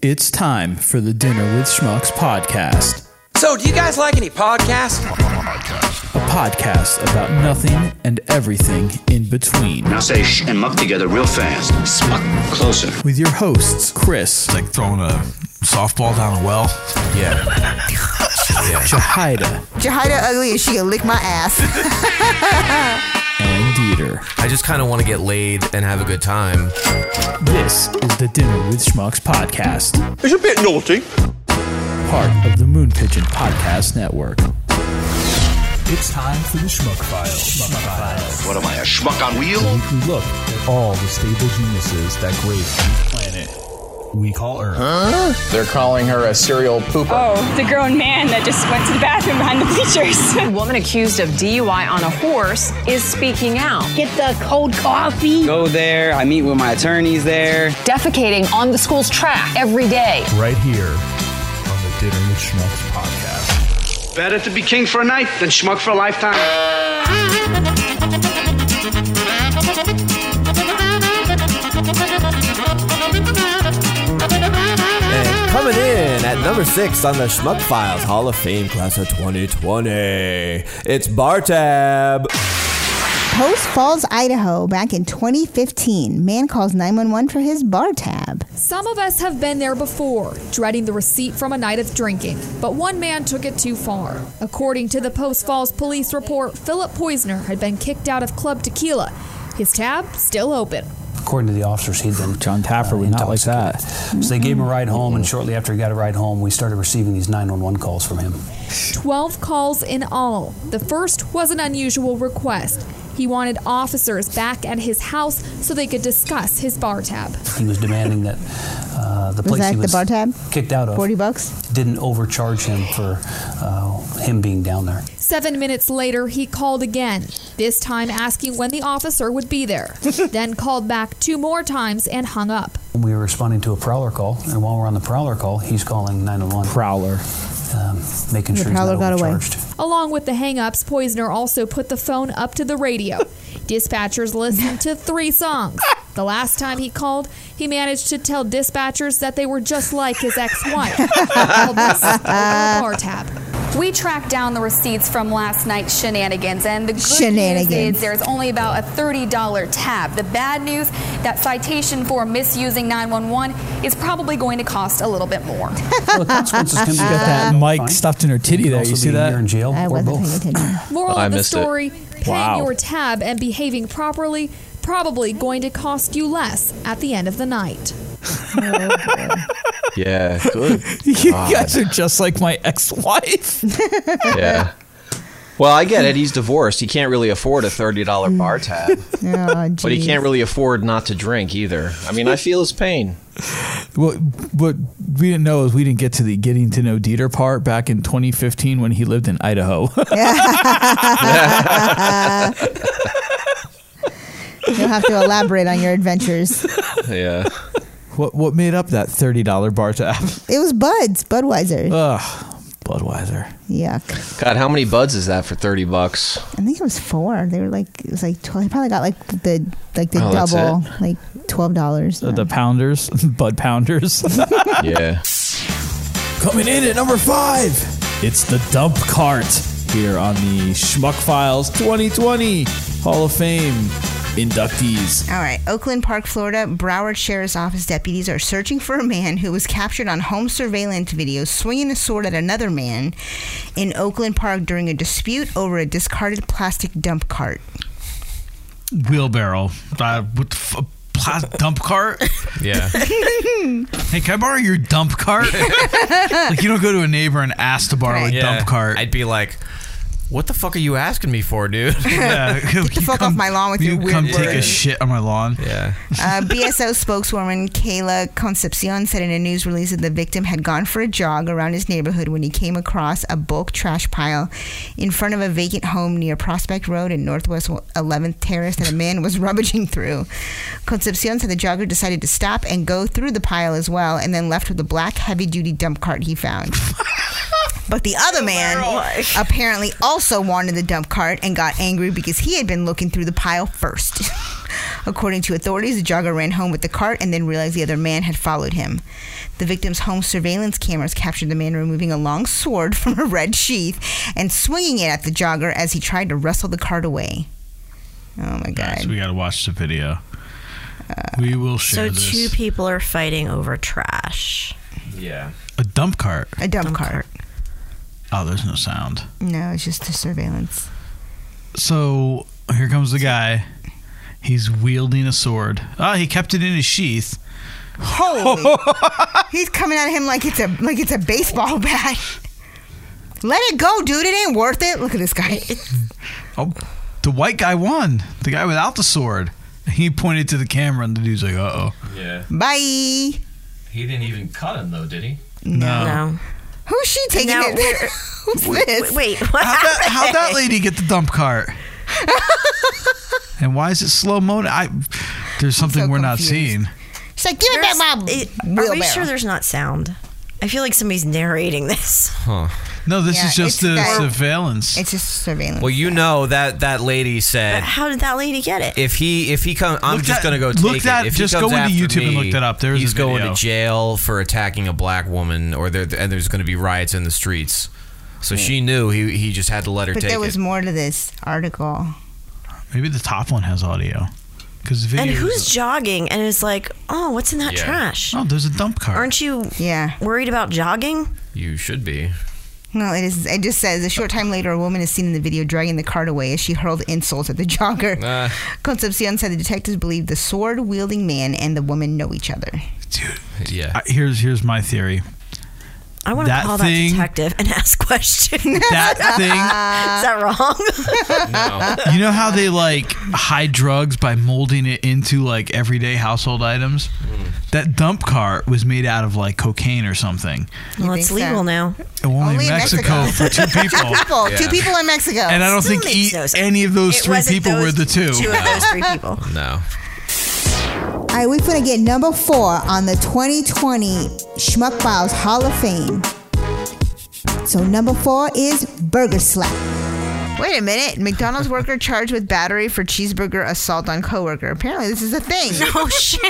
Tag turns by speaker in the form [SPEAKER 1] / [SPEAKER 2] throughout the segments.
[SPEAKER 1] It's time for the Dinner with Schmucks podcast,
[SPEAKER 2] So, do you guys like any podcasts?
[SPEAKER 1] a podcast about nothing and everything in between,
[SPEAKER 3] Now say shh and muck together real fast. Smuck. Closer.
[SPEAKER 1] with your hosts, Chris,
[SPEAKER 4] like throwing a softball down a well. Yeah.
[SPEAKER 1] Jahida,
[SPEAKER 5] Jahida ugly and she can lick my ass.
[SPEAKER 1] and Dieter.
[SPEAKER 6] I just kind of want to get laid and have a good time.
[SPEAKER 1] This is the Dinner with Schmucks podcast,
[SPEAKER 2] It's a bit naughty.
[SPEAKER 1] part of the Moon Pigeon Podcast Network. It's time for the Schmuck File.
[SPEAKER 3] What am I, a schmuck on wheels?
[SPEAKER 1] We look at all the stable geniuses that grace the planet we call Earth.
[SPEAKER 7] They're calling her a serial pooper.
[SPEAKER 8] Oh, the grown man that just went to the bathroom behind the bleachers.
[SPEAKER 9] A woman accused of DUI on a horse is speaking out.
[SPEAKER 10] get the cold coffee.
[SPEAKER 2] Go there. I meet with my attorneys there.
[SPEAKER 9] Defecating on the school's track every day.
[SPEAKER 4] Right here on the Dinner with Schmucks podcast.
[SPEAKER 3] Better to be king for a night than schmuck for a lifetime.
[SPEAKER 6] And coming in at number six on the Schmuck Files Hall of Fame class of 2020, it's Bartab.
[SPEAKER 5] Post Falls, Idaho, back in 2015. Man calls 911 for his bar tab.
[SPEAKER 8] Some of us have been there before, dreading the receipt from a night of drinking, but one man took it too far. According to the Post Falls police report, Philip Poisner had been kicked out of Club Tequila. His tab still open.
[SPEAKER 11] According to the officers, Uh, he'd been
[SPEAKER 1] John Taffer would not like
[SPEAKER 11] intoxicated. So they gave him a ride home,
[SPEAKER 1] Mm-hmm.
[SPEAKER 11] and shortly after he got a ride home, we started receiving these 911 calls from him.
[SPEAKER 8] 12 calls in all. The first was an unusual request. He wanted officers back at his house so they could discuss his bar tab.
[SPEAKER 11] He was demanding that uh, the place
[SPEAKER 5] that
[SPEAKER 11] he
[SPEAKER 5] the
[SPEAKER 11] was
[SPEAKER 5] bar tab?
[SPEAKER 11] kicked out of
[SPEAKER 5] 40 bucks?
[SPEAKER 11] didn't overcharge him for uh, him being down there.
[SPEAKER 8] Seven minutes later, he called again, this time asking when the officer would be there, then called back two more times and hung up.
[SPEAKER 11] When we were responding to a prowler call, and while we're on the prowler call, he's calling 911,
[SPEAKER 1] Prowler.
[SPEAKER 11] um, making
[SPEAKER 5] The
[SPEAKER 11] sure he's
[SPEAKER 5] prowler
[SPEAKER 11] not
[SPEAKER 5] got away.
[SPEAKER 11] overcharged.
[SPEAKER 8] Along with the hang ups, Poisoner also put the phone up to the radio. Dispatchers listened to three songs. The last time he called, he managed to tell dispatchers that they were just like his ex wife. bar tab.
[SPEAKER 10] Uh, We tracked down the receipts from last night's shenanigans, and the good news
[SPEAKER 5] Shenanigans.
[SPEAKER 10] is there's only about a $30 tab. The bad news, that citation for misusing 911 is probably going to cost a little bit more.
[SPEAKER 11] Well, the consequences can be
[SPEAKER 1] Got that mic
[SPEAKER 11] Uh, Fine.
[SPEAKER 1] stuffed in her titty
[SPEAKER 11] Could
[SPEAKER 1] there.
[SPEAKER 11] also
[SPEAKER 1] You see
[SPEAKER 11] be a year in
[SPEAKER 1] that?
[SPEAKER 11] jail
[SPEAKER 5] I
[SPEAKER 11] or
[SPEAKER 5] wasn't paying
[SPEAKER 11] both.
[SPEAKER 5] attention.
[SPEAKER 8] Moral
[SPEAKER 6] I
[SPEAKER 8] of the
[SPEAKER 6] missed it.
[SPEAKER 8] story paying
[SPEAKER 1] Wow.
[SPEAKER 8] your tab and behaving properly, probably going to cost you less at the end of the night.
[SPEAKER 6] Yeah, good.
[SPEAKER 1] you guys are just like my ex-wife.
[SPEAKER 6] Yeah. Well, I get it. He's divorced. He can't really afford a $30
[SPEAKER 12] Mm.
[SPEAKER 6] bar tab,
[SPEAKER 5] Oh,
[SPEAKER 6] but he
[SPEAKER 5] geez.
[SPEAKER 6] can't really afford not to drink either. I mean, I feel his pain.
[SPEAKER 1] What what we didn't know is we didn't get to the getting to know Dieter part back in 2015 when he lived in Idaho.
[SPEAKER 5] You'll have to elaborate on your adventures.
[SPEAKER 6] Yeah.
[SPEAKER 1] what what made up that thirty dollar bar tab?
[SPEAKER 5] It was Bud's, Budweiser.
[SPEAKER 1] Ugh, Budweiser.
[SPEAKER 5] Yuck.
[SPEAKER 6] God, how many buds is that for 30 bucks?
[SPEAKER 5] I think it was four. They were like, it was like 12. He probably got like the like the
[SPEAKER 6] Oh, that's
[SPEAKER 5] double, like $12.
[SPEAKER 1] Uh, The pounders, Bud pounders.
[SPEAKER 6] Yeah.
[SPEAKER 1] Coming in at number five, it's the dump cart here on the Schmuck Files 2020 Hall of Fame inductees.
[SPEAKER 5] All right, Oakland Park, Florida, Broward Sheriff's Office deputies are searching for a man who was captured on home surveillance video swinging a sword at another man in Oakland Park during a dispute over a discarded plastic dump cart.
[SPEAKER 4] Wheelbarrow. Uh, what the f- plas- dump cart?
[SPEAKER 6] Yeah.
[SPEAKER 4] Hey, can I borrow your dump cart? like you don't go to a neighbor and ask to borrow a
[SPEAKER 5] Right.
[SPEAKER 4] dump cart.
[SPEAKER 6] be like, what the fuck are you asking me for, dude?
[SPEAKER 4] yeah. Get
[SPEAKER 5] the fuck off my lawn with
[SPEAKER 4] you
[SPEAKER 5] your weird
[SPEAKER 4] come take a
[SPEAKER 5] words.
[SPEAKER 4] shit on my lawn.
[SPEAKER 6] yeah.
[SPEAKER 5] Uh, BSO spokeswoman Kayla Concepcion said in a news release that the victim had gone for a jog around his neighborhood when he came across a bulk trash pile in front of a vacant home near Prospect Road and Northwest 11th Terrace that a man was rummaging through. Concepcion said the jogger decided to stop and go through the pile as well and then left with a black heavy duty dump cart he found. But the other man apparently also wanted the dump cart and got angry because he had been looking through the pile first. According to authorities, the jogger ran home with the cart and then realized the other man had followed him. The victim's home surveillance cameras captured the man removing a long sword from a red sheath and swinging it at the jogger as he tried to wrestle the cart away. Oh my god.
[SPEAKER 1] Guys, we gotta watch the video. we will share
[SPEAKER 12] So
[SPEAKER 1] this.
[SPEAKER 12] two people are fighting over trash.
[SPEAKER 1] Yeah. A dump cart.
[SPEAKER 5] A dump, cart.
[SPEAKER 1] Oh, there's no sound.
[SPEAKER 5] No, it's just the surveillance.
[SPEAKER 1] So here comes the guy. He's wielding a sword. Ah, he kept it in his sheath. Oh.
[SPEAKER 5] Holy! He's coming at him like it's a like it's a baseball bat. Let it go, dude. It ain't worth it. Look at this guy.
[SPEAKER 1] Oh, the white guy won. The guy without the sword. He pointed to the camera, and the dude's like, "Uh oh."
[SPEAKER 13] Yeah.
[SPEAKER 5] Bye.
[SPEAKER 13] He didn't even cut him though, did he?
[SPEAKER 1] No.
[SPEAKER 5] Who's she taking
[SPEAKER 12] Now
[SPEAKER 5] it?
[SPEAKER 12] we're-
[SPEAKER 5] Who's this?
[SPEAKER 12] Wait, what
[SPEAKER 1] How'd that,
[SPEAKER 12] happened?
[SPEAKER 1] how'd that lady get the dump cart? and why is it slow mo? I there's something we're not
[SPEAKER 5] confused.
[SPEAKER 1] seeing.
[SPEAKER 5] She's like, give
[SPEAKER 12] There's-
[SPEAKER 5] it back my
[SPEAKER 12] it- Are we
[SPEAKER 5] wheelbarrow.
[SPEAKER 12] sure there's not sound? I feel like somebody's narrating this.
[SPEAKER 3] Huh.
[SPEAKER 1] No, this
[SPEAKER 12] Yeah,
[SPEAKER 1] is just
[SPEAKER 12] it's
[SPEAKER 1] the
[SPEAKER 12] that-
[SPEAKER 1] surveillance.
[SPEAKER 5] It's just surveillance.
[SPEAKER 3] Well, you know that that lady said
[SPEAKER 12] How did that lady get it?
[SPEAKER 3] if he if he comes, I'm
[SPEAKER 1] Look
[SPEAKER 3] just
[SPEAKER 1] that-
[SPEAKER 3] gonna go
[SPEAKER 1] look
[SPEAKER 3] take
[SPEAKER 1] that-
[SPEAKER 3] it. If
[SPEAKER 1] just
[SPEAKER 3] he
[SPEAKER 1] go
[SPEAKER 3] comes
[SPEAKER 1] into
[SPEAKER 3] after
[SPEAKER 1] YouTube and
[SPEAKER 3] me,
[SPEAKER 1] look that up. There is
[SPEAKER 3] he's
[SPEAKER 1] a
[SPEAKER 3] going
[SPEAKER 1] video.
[SPEAKER 3] to jail for attacking a black woman, or there and there's going to be riots in the streets. So she knew he he just had to let her
[SPEAKER 5] Hmm. but
[SPEAKER 3] take
[SPEAKER 5] there was
[SPEAKER 3] it.
[SPEAKER 5] more to this article.
[SPEAKER 1] Maybe the top one has audio. Because video.
[SPEAKER 12] And
[SPEAKER 1] is-
[SPEAKER 12] who's jogging and is like, oh, what's in that
[SPEAKER 1] Yeah.
[SPEAKER 12] trash?
[SPEAKER 1] Oh, there's a dump cart.
[SPEAKER 12] Aren't you
[SPEAKER 5] yeah.
[SPEAKER 12] worried about jogging?
[SPEAKER 3] You should be.
[SPEAKER 5] No, it is. It just says a short time later, a woman is seen in the video dragging the cart away as she hurled insults at the jogger.
[SPEAKER 3] Ah.
[SPEAKER 5] Concepcion said the detectives believe the sword-wielding man and the woman know each other.
[SPEAKER 3] Yeah.
[SPEAKER 1] here's here's my theory.
[SPEAKER 12] I want to
[SPEAKER 1] That
[SPEAKER 12] call
[SPEAKER 1] thing-
[SPEAKER 12] that detective and ask questions.
[SPEAKER 1] That thing-
[SPEAKER 12] Is that wrong?
[SPEAKER 3] Oh.
[SPEAKER 1] you know how they like hide drugs by molding it into like everyday household items?
[SPEAKER 3] Mm.
[SPEAKER 1] That dump cart was made out of like cocaine or something.
[SPEAKER 12] Well, it's legal now.
[SPEAKER 1] Only, in Mexico, for two people.
[SPEAKER 5] two people. Two people in Mexico.
[SPEAKER 1] And I don't think e- any of those
[SPEAKER 5] It
[SPEAKER 1] three
[SPEAKER 5] wasn't
[SPEAKER 1] people were
[SPEAKER 5] those
[SPEAKER 1] the two.
[SPEAKER 5] two of those three people.
[SPEAKER 3] No.
[SPEAKER 5] All right, we're gonna get number four on the 2020 Schmuck Files Hall of Fame. So number four is Burger Slap. Wait a minute! McDonald's worker charged with battery for cheeseburger assault on coworker. Apparently, this is a thing.
[SPEAKER 12] No shit.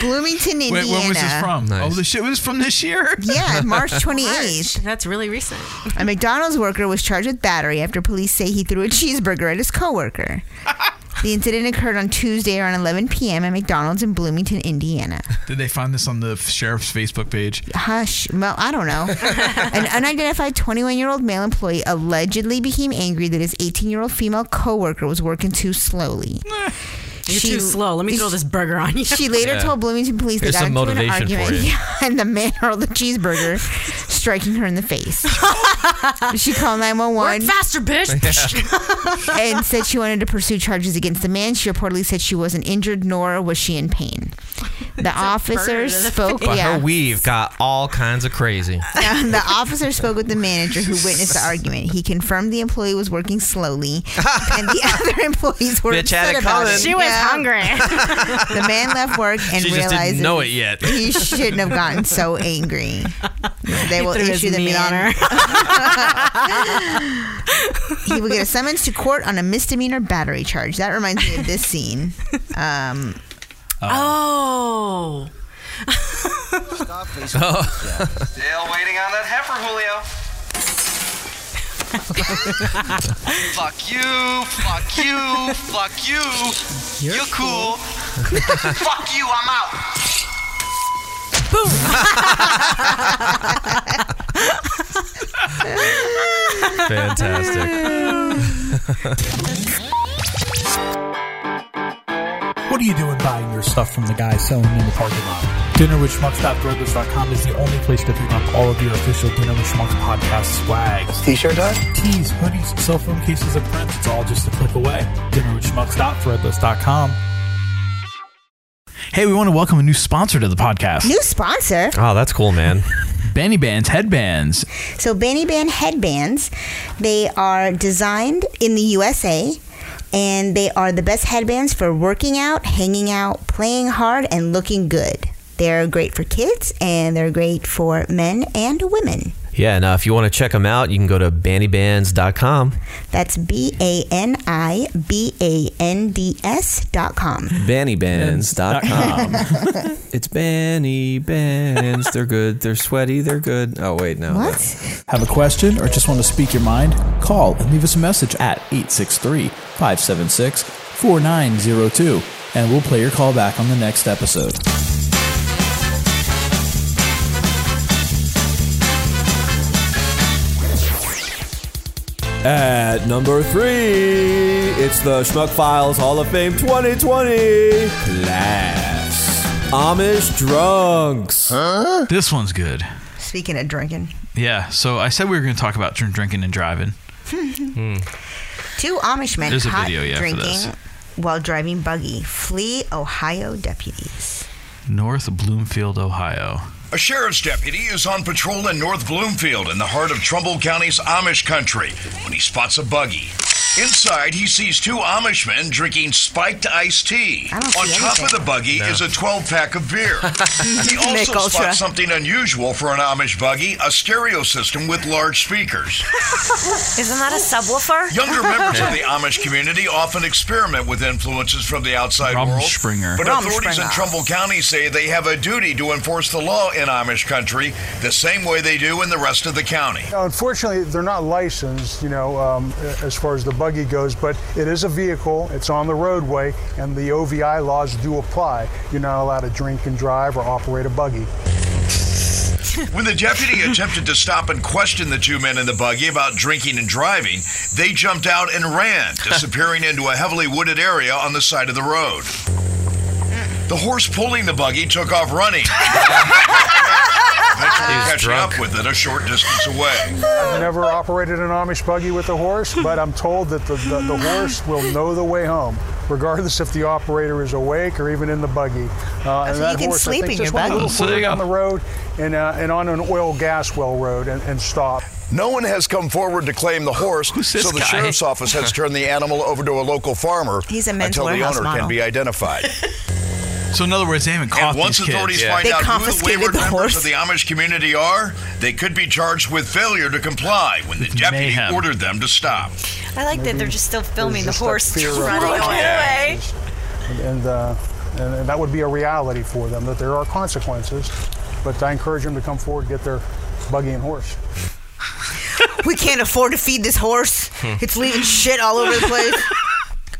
[SPEAKER 5] Bloomington, Oh, Indiana.
[SPEAKER 1] Wait, when was this from? Oh, the shit was from this year?
[SPEAKER 5] Yeah, March 28th.
[SPEAKER 12] That's really recent.
[SPEAKER 5] A McDonald's worker was charged with battery after police say he threw a cheeseburger at his coworker. The incident occurred on Tuesday around 11 p.m. at McDonald's in Bloomington, Indiana.
[SPEAKER 1] Did they find this on the sheriff's Facebook page?
[SPEAKER 5] Hush. Well, I don't know. An unidentified 21 year old male employee allegedly became angry that his 18 year old female coworker was working too slowly.
[SPEAKER 12] You're too slow. Let me throw this burger on you.
[SPEAKER 5] She later
[SPEAKER 12] Yeah.
[SPEAKER 5] told Bloomington police
[SPEAKER 12] Here's
[SPEAKER 5] they got
[SPEAKER 12] some
[SPEAKER 5] into an
[SPEAKER 12] motivation for
[SPEAKER 5] argument,
[SPEAKER 12] you.
[SPEAKER 5] and the man hurled the cheeseburger, striking her in the face. she called 911.
[SPEAKER 12] Work faster, bitch.
[SPEAKER 5] and said she wanted to pursue charges against the man. She reportedly said she wasn't injured, nor was she in pain. The officer spoke.
[SPEAKER 3] But
[SPEAKER 5] yeah.
[SPEAKER 3] her weave got all kinds of crazy.
[SPEAKER 5] Uh, the officer spoke with the manager who witnessed the argument. He confirmed the employee was working slowly, and the other employees were
[SPEAKER 3] Bitch
[SPEAKER 5] upset
[SPEAKER 3] had it
[SPEAKER 5] about
[SPEAKER 3] coming.
[SPEAKER 5] it.
[SPEAKER 3] She was
[SPEAKER 12] hungry.
[SPEAKER 5] the man left work and
[SPEAKER 3] She just
[SPEAKER 5] realized
[SPEAKER 3] didn't know it yet.
[SPEAKER 5] He shouldn't have gotten so angry. They
[SPEAKER 12] He
[SPEAKER 5] will
[SPEAKER 12] threw his
[SPEAKER 5] issue the
[SPEAKER 12] meat on
[SPEAKER 5] man. he will get a summons to court on a misdemeanor battery charge. That reminds me of this scene. Um,
[SPEAKER 12] oh.
[SPEAKER 4] Still waiting on that heifer, Julio. fuck you, fuck you, fuck you. You're, cool. fuck you, I'm out.
[SPEAKER 3] Fantastic.
[SPEAKER 14] What are you doing buying your stuff from the guy selling in the parking lot? Dinner with Schmucks.brokers.com is the only place to pick up all of your official Dinner with Schmucks podcast swags. T-shirt on? Tees, hoodies, cell phone cases, and prints. It's all just a click away. Dinner with Schmucks.threadless.com.
[SPEAKER 1] Hey, we want to welcome a new sponsor to the podcast.
[SPEAKER 5] New sponsor.
[SPEAKER 3] Oh, that's cool, man.
[SPEAKER 1] Benny Bands headbands.
[SPEAKER 5] So Banny Band headbands, they are designed in the USA and they are the best headbands for working out, hanging out, playing hard and looking good. They're great for kids and they're great for men and women.
[SPEAKER 6] Yeah, and uh, if you want to check them out, you can go to bandybands.com.
[SPEAKER 5] That's B A N I B A N D S dot com.
[SPEAKER 3] Bannybands.com. it's Banny Bands. They're good. They're sweaty. They're good. Oh, wait, no.
[SPEAKER 15] What? Have a question or just want to speak your mind? Call and leave us a message at 863 576 4902, and we'll play your call back on the next episode.
[SPEAKER 3] At number three, it's the Schmuck Files Hall of Fame 2020 class. Amish drunks. Huh?
[SPEAKER 1] This one's good.
[SPEAKER 5] Speaking of drinking,
[SPEAKER 1] Yeah, so I said we were going to talk about drink- drinking and driving.
[SPEAKER 16] Hmm.
[SPEAKER 5] two Amish men
[SPEAKER 1] There's a
[SPEAKER 5] caught
[SPEAKER 1] video, yeah, for this.
[SPEAKER 5] drinking while driving buggy flee Ohio deputies.
[SPEAKER 1] North Bloomfield, Ohio.
[SPEAKER 16] A sheriff's deputy is on patrol in North Bloomfield in the heart of Trumbull County's Amish country when he spots a buggy. Inside, he sees two Amish men drinking spiked iced tea. On
[SPEAKER 4] see
[SPEAKER 16] top
[SPEAKER 4] anything.
[SPEAKER 16] of the buggy
[SPEAKER 4] No.
[SPEAKER 16] is a 12 pack of beer. he
[SPEAKER 4] Mick
[SPEAKER 16] also
[SPEAKER 4] Ultra.
[SPEAKER 16] spots something unusual for an Amish buggy a stereo system with large speakers.
[SPEAKER 12] Isn't that a subwoofer?
[SPEAKER 16] Younger members of the Amish community often experiment with influences from the outside world.
[SPEAKER 1] Rumspringer.
[SPEAKER 16] But authorities in
[SPEAKER 1] Rumspringer.
[SPEAKER 16] Trumbull County say they have a duty to enforce the law in Amish country the same way they do in the rest of the county.
[SPEAKER 17] Unfortunately, they're not licensed, you know, um, as far as the buggy goes, but it is a vehicle, it's on the roadway, and the OVI laws do apply. You're not allowed to drink and drive or operate a buggy.
[SPEAKER 16] When the deputy attempted to stop and question the two men in the buggy about drinking and driving, they jumped out and ran, disappearing into a heavily wooded area on the side of the road. The horse pulling the buggy took off running. Eventually catching up with it a short distance away.
[SPEAKER 17] I've never operated an Amish buggy with a horse, but I'm told that the, the, the horse will know the way home, regardless if the operator is awake or even in the buggy. Uh,
[SPEAKER 5] So you can sleep in
[SPEAKER 17] just
[SPEAKER 5] your
[SPEAKER 17] went a
[SPEAKER 5] buggy.
[SPEAKER 17] little
[SPEAKER 5] So there
[SPEAKER 17] further
[SPEAKER 5] you go.
[SPEAKER 17] down the road and, uh, and on an oil gas well road and, and stopped.
[SPEAKER 16] No one has come forward to claim the horse,
[SPEAKER 17] this
[SPEAKER 16] so the
[SPEAKER 17] guy?
[SPEAKER 16] sheriff's office has turned the animal over to a local farmer
[SPEAKER 5] He's a men's
[SPEAKER 16] until the
[SPEAKER 5] warehouse
[SPEAKER 16] owner
[SPEAKER 5] model.
[SPEAKER 16] can be identified.
[SPEAKER 1] So, in other words, they haven't caught
[SPEAKER 16] and once
[SPEAKER 1] these kids.
[SPEAKER 16] authorities find out who the wayward members of the Amish community are, they could be charged with failure to comply when the deputy ordered them to stop.
[SPEAKER 12] I like that they're just still filming the
[SPEAKER 17] there's
[SPEAKER 12] horse
[SPEAKER 17] just that fear of-
[SPEAKER 12] running
[SPEAKER 17] Yeah.
[SPEAKER 12] away.
[SPEAKER 17] And, and, uh, and, and that would be a reality for them, that there are consequences. But I encourage them to come forward, get their buggy and horse.
[SPEAKER 5] we can't afford to feed this horse.
[SPEAKER 17] Hmm.
[SPEAKER 5] It's leaving shit all over the place.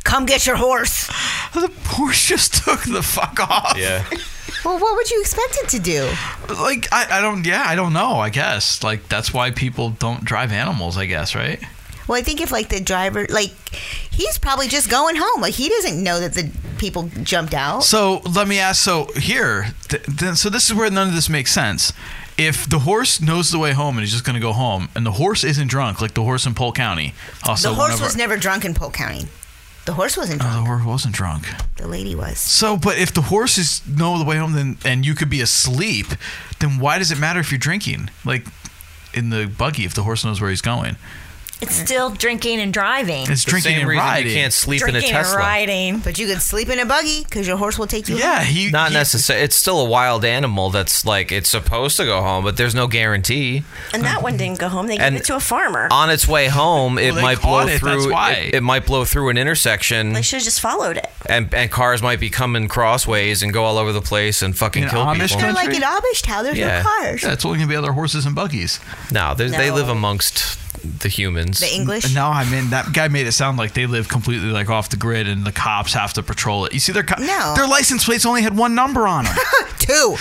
[SPEAKER 5] Come get your horse.
[SPEAKER 1] The horse just took the fuck off.
[SPEAKER 6] Yeah.
[SPEAKER 5] Well, what would you expect it to do?
[SPEAKER 1] Like, I, I don't, yeah, I don't know, I guess. Like, that's why people don't drive animals, I guess, right?
[SPEAKER 5] Well, I think if like the driver, like he's probably just going home. Like he doesn't know that the people jumped out.
[SPEAKER 1] So let me ask. So here, th- then, so this is where none of this makes sense. If the horse knows the way home and he's just going to go home, and the horse isn't drunk, like the horse in Polk County, also
[SPEAKER 5] the
[SPEAKER 1] one
[SPEAKER 5] horse
[SPEAKER 1] of
[SPEAKER 5] was
[SPEAKER 1] our-
[SPEAKER 5] never drunk in Polk County. The horse wasn't drunk.
[SPEAKER 1] the horse wasn't drunk.
[SPEAKER 5] The lady was.
[SPEAKER 1] So, but if the horse is know the way home, then and you could be asleep, then why does it matter if you're drinking? Like in the buggy, if the horse knows where he's going,
[SPEAKER 12] It's still drinking and driving.
[SPEAKER 1] It's The drinking same and reason you riding. can't sleep in a
[SPEAKER 12] Drinking and
[SPEAKER 6] Tesla.
[SPEAKER 12] riding.
[SPEAKER 5] But you could sleep in a buggy because your horse will take you.
[SPEAKER 1] Yeah,
[SPEAKER 5] home.
[SPEAKER 1] he
[SPEAKER 6] Not necessarily. It's still a wild animal that's like, it's supposed to go home, but there's no guarantee.
[SPEAKER 12] And that one didn't go home. They
[SPEAKER 6] And-
[SPEAKER 12] gave it to a farmer.
[SPEAKER 6] On its way home, it
[SPEAKER 12] they
[SPEAKER 6] might
[SPEAKER 12] caught
[SPEAKER 6] blow
[SPEAKER 12] it, that's
[SPEAKER 6] through.
[SPEAKER 12] why.
[SPEAKER 6] It, it might blow through an intersection,
[SPEAKER 12] They should have just followed it.
[SPEAKER 6] and, and cars might be coming crossways and go all over the place and fucking
[SPEAKER 1] In
[SPEAKER 6] kill
[SPEAKER 1] Amish
[SPEAKER 6] people.
[SPEAKER 5] They're like in Amish town. There's
[SPEAKER 6] Yeah.
[SPEAKER 5] no cars.
[SPEAKER 1] yeah, it's only going to be other horses and buggies.
[SPEAKER 6] No, there's- they
[SPEAKER 5] No.
[SPEAKER 6] live amongst the humans.
[SPEAKER 5] The English?
[SPEAKER 1] No, I mean that guy made it sound like they live completely like off the grid, and the cops have to patrol it. You see, their co-
[SPEAKER 5] No.
[SPEAKER 1] their license plates only had one number on them.
[SPEAKER 5] Two.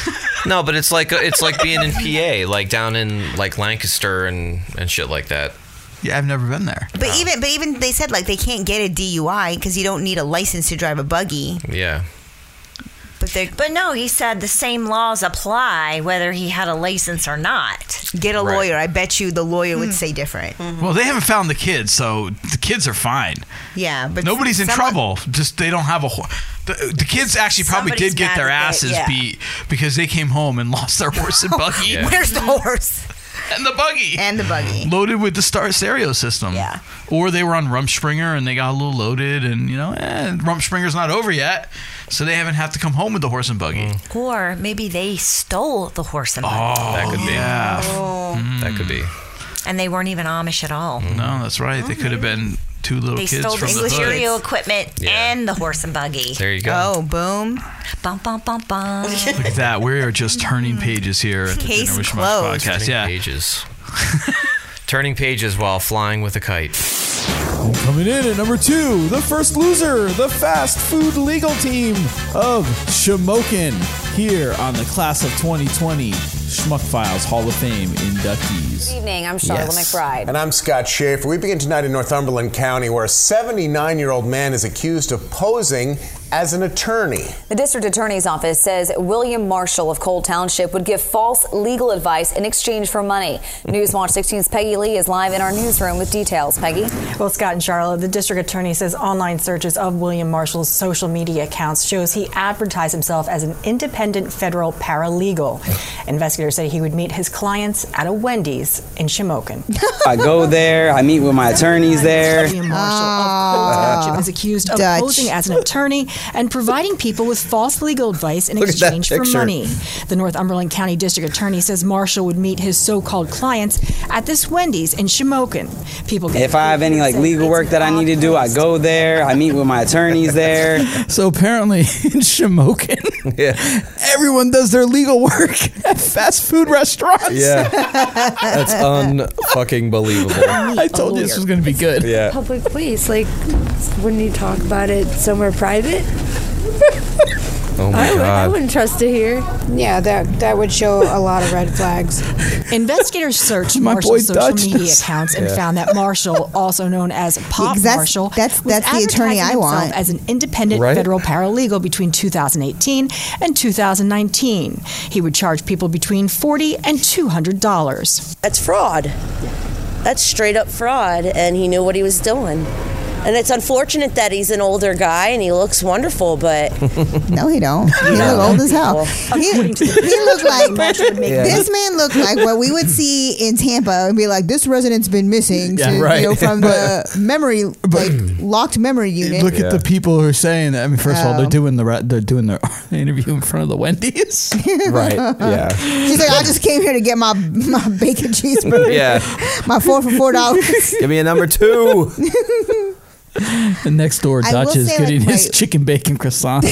[SPEAKER 6] No, but it's like it's like being in PA, like down in like Lancaster and and shit like that.
[SPEAKER 1] Yeah, I've never been there.
[SPEAKER 5] But even but even they said like they can't get a DUI because you don't need a license to drive a buggy.
[SPEAKER 6] Yeah.
[SPEAKER 5] But they
[SPEAKER 12] But no, he said the same laws apply whether he had a license or not.
[SPEAKER 5] get a lawyer. I bet you the lawyer would say different.
[SPEAKER 1] Well, they haven't found the kids, so the kids are fine.
[SPEAKER 5] Yeah, but
[SPEAKER 1] Nobody's in
[SPEAKER 5] some-
[SPEAKER 1] trouble. Just they don't have a. Ho- the, the kids actually probably
[SPEAKER 5] Somebody's
[SPEAKER 1] did
[SPEAKER 5] mad
[SPEAKER 1] get their
[SPEAKER 5] at it,
[SPEAKER 1] asses
[SPEAKER 5] yeah.
[SPEAKER 1] beat because they came home and lost their horse and buggy.
[SPEAKER 5] Where's the horse?
[SPEAKER 1] and the buggy.
[SPEAKER 5] And the buggy.
[SPEAKER 1] loaded with the star stereo system. Yeah. Or they were on Rumspringer and they got a little loaded, and you know, eh, Rumspringer's not over yet, so they haven't have to come home with the horse and buggy.
[SPEAKER 12] Or maybe they stole the horse and buggy.
[SPEAKER 1] Oh, that could be. Yeah.
[SPEAKER 12] Oh.
[SPEAKER 1] That could be. Mm-hmm.
[SPEAKER 12] And they weren't even Amish at all.
[SPEAKER 1] No, that's right. They could have been two little
[SPEAKER 12] They
[SPEAKER 1] kids
[SPEAKER 12] stole the
[SPEAKER 1] from the hood.
[SPEAKER 12] stereo equipment and the horse and buggy.
[SPEAKER 1] There you go.
[SPEAKER 5] Oh, boom.
[SPEAKER 12] Bum, bum, bum, bum.
[SPEAKER 1] Look at that. We are just turning pages here at the
[SPEAKER 12] Case
[SPEAKER 1] Dinner with Schmucks
[SPEAKER 12] closed.
[SPEAKER 1] podcast.
[SPEAKER 6] Turning
[SPEAKER 1] Yeah.
[SPEAKER 6] pages. Turning pages while flying with a kite.
[SPEAKER 15] And coming in at number two, the first loser, the fast food legal team of Shamokin here on the class of 2020 Schmuck Files Hall of Fame inductees.
[SPEAKER 18] Good evening. I'm Charlotte
[SPEAKER 15] Yes.
[SPEAKER 18] McBride.
[SPEAKER 7] And I'm Scott Schaefer. We begin tonight in Northumberland County, where a 79 year old man is accused of posing as an attorney.
[SPEAKER 18] The district attorney's office says William Marshall of Cole Township would give false legal advice in exchange for money. Newswatch 16's Peggy Lee is live in our newsroom with details. Peggy.
[SPEAKER 9] Well, Scott and Charlotte, Uh, the district attorney says online searches of William Marshall's social media accounts shows he advertised himself as an independent federal paralegal. Investigators say he would meet his clients at a Wendy's in Shamokin.
[SPEAKER 2] I go there. I meet with my attorneys there.
[SPEAKER 9] William Marshall of Cole Township is accused of
[SPEAKER 2] Dutch.
[SPEAKER 9] posing as an attorney and providing people with false legal advice in
[SPEAKER 2] Look at that
[SPEAKER 9] exchange for
[SPEAKER 2] picture.
[SPEAKER 9] money. The Northumberland County District Attorney says Marshall would meet his so-called clients at this Wendy's in Shamokin. People get
[SPEAKER 2] If I have any like legal work that I need to do, I go there. I meet with my attorneys there.
[SPEAKER 15] So apparently in Shamokin, everyone does their legal work at fast food restaurants.
[SPEAKER 19] Yeah. That's
[SPEAKER 15] uh,
[SPEAKER 19] unfucking believable.
[SPEAKER 15] I told you this was going to be good.
[SPEAKER 19] Yeah.
[SPEAKER 20] Public place, like, wouldn't you talk about it somewhere private?
[SPEAKER 19] Oh my
[SPEAKER 20] I, would, I
[SPEAKER 19] god.
[SPEAKER 20] wouldn't trust to hear. Yeah, that that would show a lot of red flags.
[SPEAKER 9] Investigators searched
[SPEAKER 20] My
[SPEAKER 9] Marshall's
[SPEAKER 20] boy
[SPEAKER 9] social
[SPEAKER 20] Dutch.
[SPEAKER 9] media accounts and
[SPEAKER 20] Yeah.
[SPEAKER 9] found that Marshall, also known as Pop
[SPEAKER 5] Because that's-
[SPEAKER 9] Marshall,
[SPEAKER 5] that's-
[SPEAKER 9] was
[SPEAKER 5] that's the attorney I
[SPEAKER 9] advertising
[SPEAKER 5] want.
[SPEAKER 9] himself as an independent
[SPEAKER 5] Right?
[SPEAKER 9] federal paralegal between 2018 and 2019. He would charge people between 40 and 200 dollars.
[SPEAKER 21] That's fraud. That's straight up fraud, and he knew what he was doing. And it's unfortunate that he's an older guy and he looks wonderful, but
[SPEAKER 5] No, he don't. He look old as hell. He, he looked like Oh
[SPEAKER 21] Yeah.
[SPEAKER 5] this man looked like what we would see in Tampa and be like, this resident's been missing
[SPEAKER 15] Yeah,
[SPEAKER 5] since,
[SPEAKER 15] right.
[SPEAKER 5] you know, from the memory like locked memory unit.
[SPEAKER 15] Look at the people who are saying that. I mean, first of all, they're
[SPEAKER 5] Oh.
[SPEAKER 15] doing the ra- they're doing their interview in front of the Wendy's.
[SPEAKER 5] She's like, I just came here to get my my bacon cheeseburger.
[SPEAKER 15] Yeah.
[SPEAKER 5] My four for four dollars.
[SPEAKER 15] Give me a number two. and next door,
[SPEAKER 5] I will
[SPEAKER 15] Dutch is
[SPEAKER 5] say,
[SPEAKER 15] getting
[SPEAKER 5] like,
[SPEAKER 15] his
[SPEAKER 5] my-
[SPEAKER 15] chicken bacon croissant.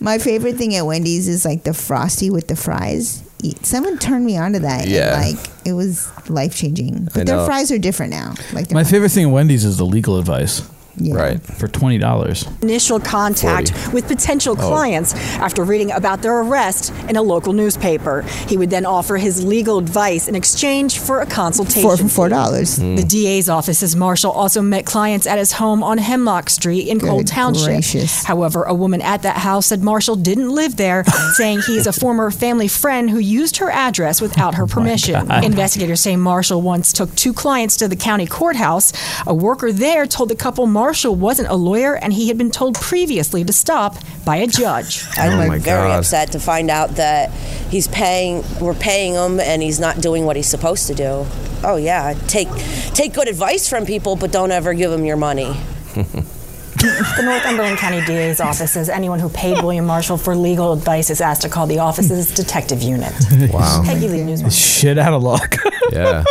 [SPEAKER 5] My favorite thing at Wendy's is like the frosty with the fries. E, Someone turned me on to that. and,
[SPEAKER 15] Yeah.
[SPEAKER 5] like it was life changing. But
[SPEAKER 15] I
[SPEAKER 5] their
[SPEAKER 15] know.
[SPEAKER 5] fries are different now. Like
[SPEAKER 15] My favorite thing at Wendy's is the legal advice.
[SPEAKER 5] Right.
[SPEAKER 15] For twenty dollars.
[SPEAKER 9] Initial contact
[SPEAKER 15] 40.
[SPEAKER 9] with potential
[SPEAKER 15] Oh.
[SPEAKER 9] clients after reading about their arrest in a local newspaper. He would then offer his legal advice in exchange for a consultation.
[SPEAKER 5] four for four dollars.
[SPEAKER 15] Hmm.
[SPEAKER 9] The DA's office says Marshall also met clients at his home on Hemlock Street in Cole
[SPEAKER 5] Good
[SPEAKER 9] Township.
[SPEAKER 5] gracious.
[SPEAKER 9] However, a woman at that house said Marshall didn't live there, saying he's a former family friend who used her address without
[SPEAKER 5] Oh
[SPEAKER 9] her permission.
[SPEAKER 22] God.
[SPEAKER 9] Investigators say Marshall once took two clients to the county courthouse. A worker there told the couple Marshall wasn't a lawyer and he had been told previously to stop by a judge.
[SPEAKER 5] Oh
[SPEAKER 21] I'm like very upset to find out that he's paying, we're paying him, and he's not doing what he's supposed to do. Oh yeah, take take good advice from people, but don't ever give them your money.
[SPEAKER 9] The Northumberland County DA's office says anyone who paid William Marshall for legal advice is asked to call the office's detective unit.
[SPEAKER 15] Wow.
[SPEAKER 9] Peggy Lee News.
[SPEAKER 15] Shit out of luck.
[SPEAKER 19] Yeah.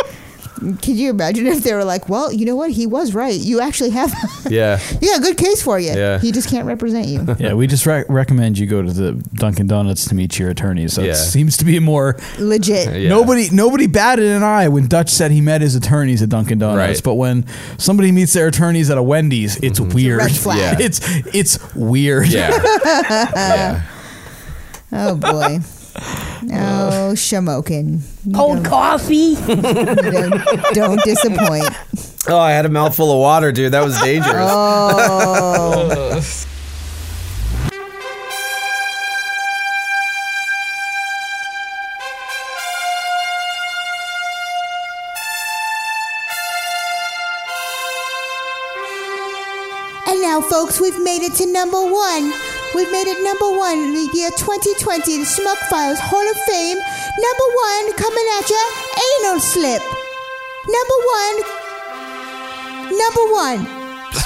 [SPEAKER 5] Could you imagine if they were like, well, you know what? He was right. You actually have
[SPEAKER 19] Yeah.
[SPEAKER 5] you got a good case for you.
[SPEAKER 15] Yeah.
[SPEAKER 5] He just can't represent you.
[SPEAKER 15] Yeah, we just rec recommend you go to the Dunkin' Donuts to meet your attorneys. That
[SPEAKER 19] Yeah.
[SPEAKER 15] seems to be more
[SPEAKER 5] Legit.
[SPEAKER 15] Nobody, nobody batted an eye when Dutch said he met his attorneys at Dunkin' Donuts.
[SPEAKER 19] Right.
[SPEAKER 15] But when somebody meets their attorneys at a Wendy's, it's
[SPEAKER 6] Mm-hmm.
[SPEAKER 15] weird.
[SPEAKER 5] red flag. Yeah.
[SPEAKER 15] It's it's weird.
[SPEAKER 5] Oh boy. Oh, Shamokin.
[SPEAKER 20] Cold
[SPEAKER 5] coffee. don't, don't disappoint.
[SPEAKER 19] Oh, I had a mouthful of water, dude. That was dangerous.
[SPEAKER 5] Oh. And now, folks, we've made it to number one.
[SPEAKER 23] We've made it number one in the year 2020, the Smoke Files Hall of Fame. Number one coming at ya, anal slip. Number one. Number one.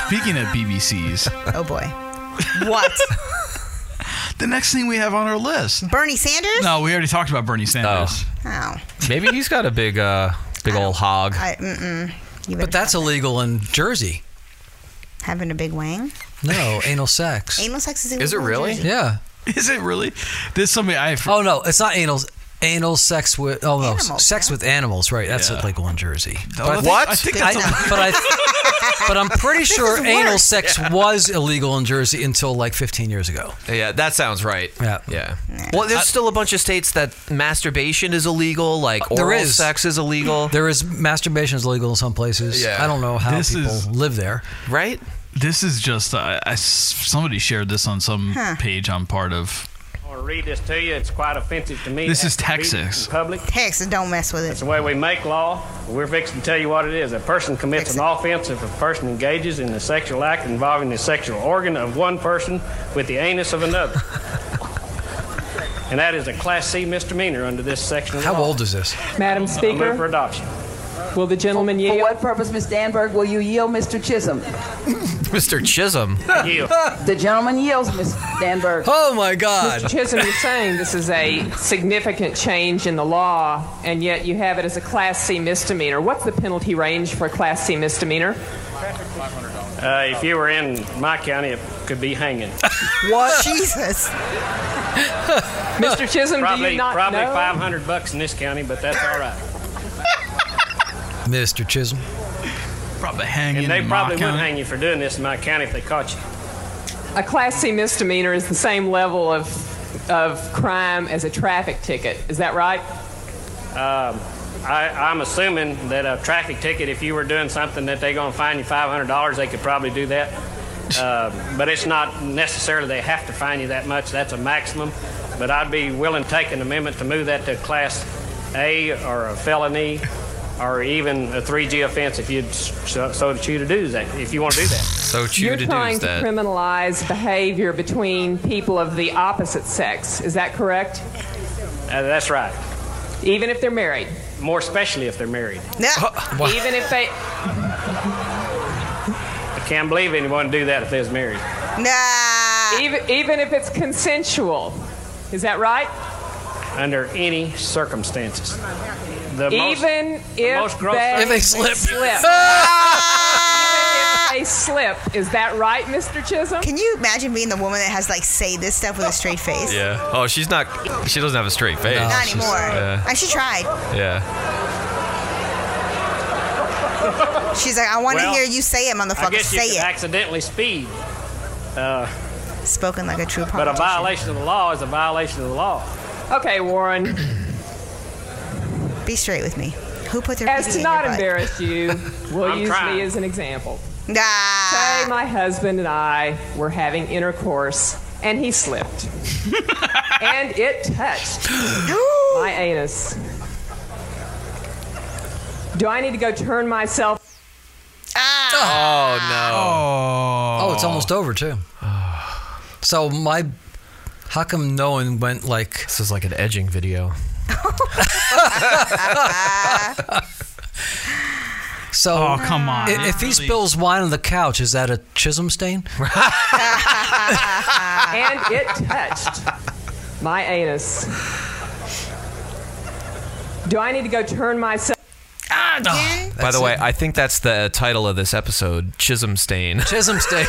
[SPEAKER 1] Speaking of BBCs.
[SPEAKER 5] oh boy. What?
[SPEAKER 1] the next thing we have on our list.
[SPEAKER 5] Bernie Sanders?
[SPEAKER 1] No, we already talked about Bernie Sanders.
[SPEAKER 5] Oh.
[SPEAKER 6] Maybe he's got a big, uh, big old hog.
[SPEAKER 5] I, mm-mm. You better
[SPEAKER 24] But that's illegal in Jersey.
[SPEAKER 5] having a big wang.
[SPEAKER 24] No, anal sex.
[SPEAKER 5] Anal sex is illegal in Jersey.
[SPEAKER 24] Yeah.
[SPEAKER 1] Is it really? There's somebody I.
[SPEAKER 24] Oh no, it's not anal. Anal sex with oh no,
[SPEAKER 5] Animals,
[SPEAKER 24] sex with animals. Right, that's
[SPEAKER 1] Yeah.
[SPEAKER 24] illegal in Jersey.
[SPEAKER 1] I
[SPEAKER 24] I
[SPEAKER 1] think- I think that's illegal.
[SPEAKER 24] but I. But I'm pretty
[SPEAKER 1] This
[SPEAKER 24] sure
[SPEAKER 1] is
[SPEAKER 24] anal
[SPEAKER 1] worse.
[SPEAKER 24] sex
[SPEAKER 1] Yeah.
[SPEAKER 24] was illegal in Jersey until like 15 years ago.
[SPEAKER 6] Yeah, that sounds right.
[SPEAKER 24] Yeah.
[SPEAKER 6] Yeah. Well, there's still a bunch of states that masturbation is illegal, like
[SPEAKER 24] There
[SPEAKER 6] oral
[SPEAKER 24] is.
[SPEAKER 6] sex is illegal.
[SPEAKER 24] There is masturbation is legal in some places.
[SPEAKER 6] Yeah.
[SPEAKER 24] I don't know how
[SPEAKER 1] This
[SPEAKER 24] people
[SPEAKER 1] is-
[SPEAKER 24] live there.
[SPEAKER 6] Right?
[SPEAKER 1] This is just. Uh, I s- somebody shared this on some
[SPEAKER 25] Huh.
[SPEAKER 1] page I'm part of.
[SPEAKER 25] i to read this to you. It's quite offensive to me.
[SPEAKER 1] This
[SPEAKER 25] to
[SPEAKER 1] is
[SPEAKER 25] have to read it
[SPEAKER 1] Texas.
[SPEAKER 25] in Public.
[SPEAKER 5] Texas, don't mess with it. That's
[SPEAKER 25] the way we make law. We're fixing to tell you what it is. A person commits an offense if a person engages in a sexual act involving the sexual organ of one person with the anus of another. and that is a Class C misdemeanor under this section of
[SPEAKER 24] How
[SPEAKER 25] law.
[SPEAKER 24] old is this?
[SPEAKER 26] Madam
[SPEAKER 25] I move for
[SPEAKER 26] Speaker,
[SPEAKER 25] adoption.
[SPEAKER 26] will the gentleman yield? For what purpose, Ms. Danberg, will you yield, Mr. Chisholm?
[SPEAKER 6] Mr. Chisholm.
[SPEAKER 26] The gentleman yields, Ms. Danberg.
[SPEAKER 24] Oh, my God.
[SPEAKER 26] Mr. Chisholm, you're saying this is a significant change in the law, and yet you have it as a Class C misdemeanor. What's the penalty range for a Class C misdemeanor?
[SPEAKER 25] Uh, if you were in my county, it could be hanging.
[SPEAKER 26] What?
[SPEAKER 5] Jesus.
[SPEAKER 26] Mr. Chisholm,
[SPEAKER 25] probably,
[SPEAKER 26] do you not
[SPEAKER 25] Probably
[SPEAKER 26] know?
[SPEAKER 25] 500 bucks in this county, but that's all right.
[SPEAKER 24] Mr. Chisholm.
[SPEAKER 1] Probably hanging.
[SPEAKER 25] And they probably would hang you for doing this in my county if they caught you.
[SPEAKER 26] A Class C misdemeanor is the same level of, of crime as a traffic ticket. Is that right?
[SPEAKER 25] Um, I, I'm assuming that a traffic ticket, if you were doing something that they're going to fine you $500, they could probably do that. Uh, but it's not necessarily they have to fine you that much. That's a maximum. But I'd be willing to take an amendment to move that to Class A or a felony or even a 3G offense if you'd so, so choose to do that, if you want to do that.
[SPEAKER 6] So
[SPEAKER 26] You're trying to criminalize behavior between people of the opposite sex. Is that correct?
[SPEAKER 25] Uh, that's right.
[SPEAKER 26] Even if they're married.
[SPEAKER 25] More especially if they're married.
[SPEAKER 26] Even if they.
[SPEAKER 25] I can't believe anyone would do that if they was married.
[SPEAKER 26] Nah. Even, even if it's consensual. Is that right?
[SPEAKER 25] Under any circumstances. The most-
[SPEAKER 26] even if
[SPEAKER 25] most gross
[SPEAKER 26] they,
[SPEAKER 25] thing- If they slip.
[SPEAKER 26] slip. even if they slip. Is that right, Mr. Chisholm?
[SPEAKER 5] Can you imagine being the woman that has like say this stuff with a straight face?
[SPEAKER 6] Yeah. Oh, she's not. She doesn't have a straight face.
[SPEAKER 5] Not
[SPEAKER 6] She's- uh,
[SPEAKER 5] anymore.
[SPEAKER 6] Yeah.
[SPEAKER 5] And she tried.
[SPEAKER 6] yeah.
[SPEAKER 5] She's like, I want to
[SPEAKER 25] Well,
[SPEAKER 5] hear you say it,
[SPEAKER 25] I
[SPEAKER 5] motherfucker.
[SPEAKER 25] guess you
[SPEAKER 5] Say
[SPEAKER 25] could
[SPEAKER 5] it.
[SPEAKER 25] accidentally speed. Uh,
[SPEAKER 5] Spoken like a true
[SPEAKER 25] but a
[SPEAKER 5] politician.
[SPEAKER 25] violation of the law is a violation of the law.
[SPEAKER 26] Okay, Warren.
[SPEAKER 5] Be straight with me. Who put their
[SPEAKER 26] As
[SPEAKER 5] pee
[SPEAKER 26] to
[SPEAKER 5] in your
[SPEAKER 26] not
[SPEAKER 5] butt?
[SPEAKER 26] embarrass you, we'll
[SPEAKER 5] I'm
[SPEAKER 26] use
[SPEAKER 5] trying.
[SPEAKER 26] me as an example.
[SPEAKER 5] Nah.
[SPEAKER 26] Say my husband and I were having intercourse, and he slipped, and it touched my anus. Do I need to go turn myself?
[SPEAKER 6] Oh no.
[SPEAKER 24] Ah. Oh. it's almost over too. So my, how come no one went like?
[SPEAKER 6] This is like an edging video.
[SPEAKER 24] So
[SPEAKER 1] Oh, come on.
[SPEAKER 24] i- If he spills wine on the couch, is that a Chisholm stain?
[SPEAKER 26] and it touched my anus. Do I need to go turn myself?
[SPEAKER 24] Ah,
[SPEAKER 26] Again?
[SPEAKER 6] By the way, I think that's the title of this episode: Chisholm Stain.
[SPEAKER 24] Chisholm Stain.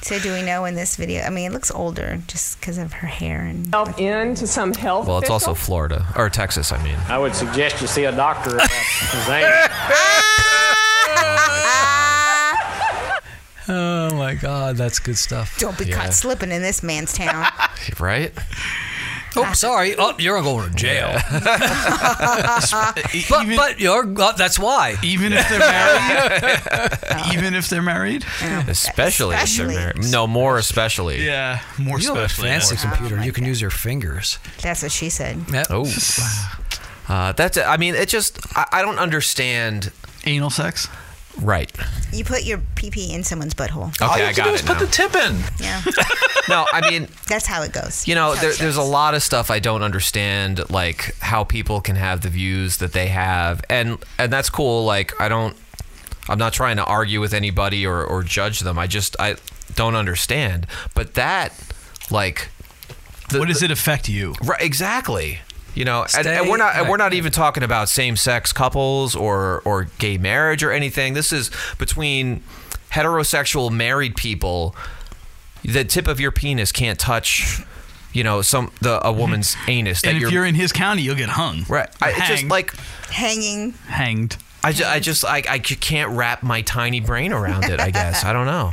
[SPEAKER 5] So do we know in this video? I mean, it looks older just because of her hair and.
[SPEAKER 26] Help into some health.
[SPEAKER 6] well, it's also
[SPEAKER 26] official?
[SPEAKER 6] Florida or Texas. I mean.
[SPEAKER 25] I would suggest you see a doctor about his anus.
[SPEAKER 24] oh my God, that's good stuff.
[SPEAKER 5] Don't be caught slipping in this man's town.
[SPEAKER 6] Right?
[SPEAKER 24] Oh, sorry. Oh, you're going to jail. but, but you're. oh, that's why.
[SPEAKER 1] Even if they're married. even if they're married.
[SPEAKER 6] Especially, if they're married. No, more especially.
[SPEAKER 1] Yeah, more
[SPEAKER 24] You have a
[SPEAKER 1] especially.
[SPEAKER 24] fancy
[SPEAKER 1] more.
[SPEAKER 24] computer. You can use your fingers.
[SPEAKER 5] That's what she said.
[SPEAKER 6] Oh. Uh, that's. I mean, it just. I, I don't understand.
[SPEAKER 1] Anal sex.
[SPEAKER 6] Right.
[SPEAKER 5] You put your PP in someone's butthole.
[SPEAKER 6] Okay, I got it. now.
[SPEAKER 5] tip
[SPEAKER 6] in.
[SPEAKER 5] Yeah.
[SPEAKER 6] no, I mean,
[SPEAKER 5] That's how it goes.
[SPEAKER 6] You know,
[SPEAKER 5] That's how
[SPEAKER 6] there,
[SPEAKER 5] it
[SPEAKER 6] there's a lot of stuff I don't understand, like how people can have the views that they have, and and that's cool. Like I don't, I'm not trying to argue with anybody or or judge them. I just I don't understand. But that, like, what does
[SPEAKER 27] it affect you?
[SPEAKER 6] Right, exactly. You know, and,
[SPEAKER 28] Stay-
[SPEAKER 6] and we're not and we're not even talking about same sex couples or or gay marriage or anything. This is between heterosexual married people the tip of your penis can't touch you know some the a woman's anus that
[SPEAKER 27] and
[SPEAKER 6] you're,
[SPEAKER 27] if you're in his county, you'll get hung.
[SPEAKER 6] Right. I, it's just like
[SPEAKER 5] hanging
[SPEAKER 27] hanged
[SPEAKER 6] I just, I just I, I ju- can't wrap my tiny brain around it I guess I don't know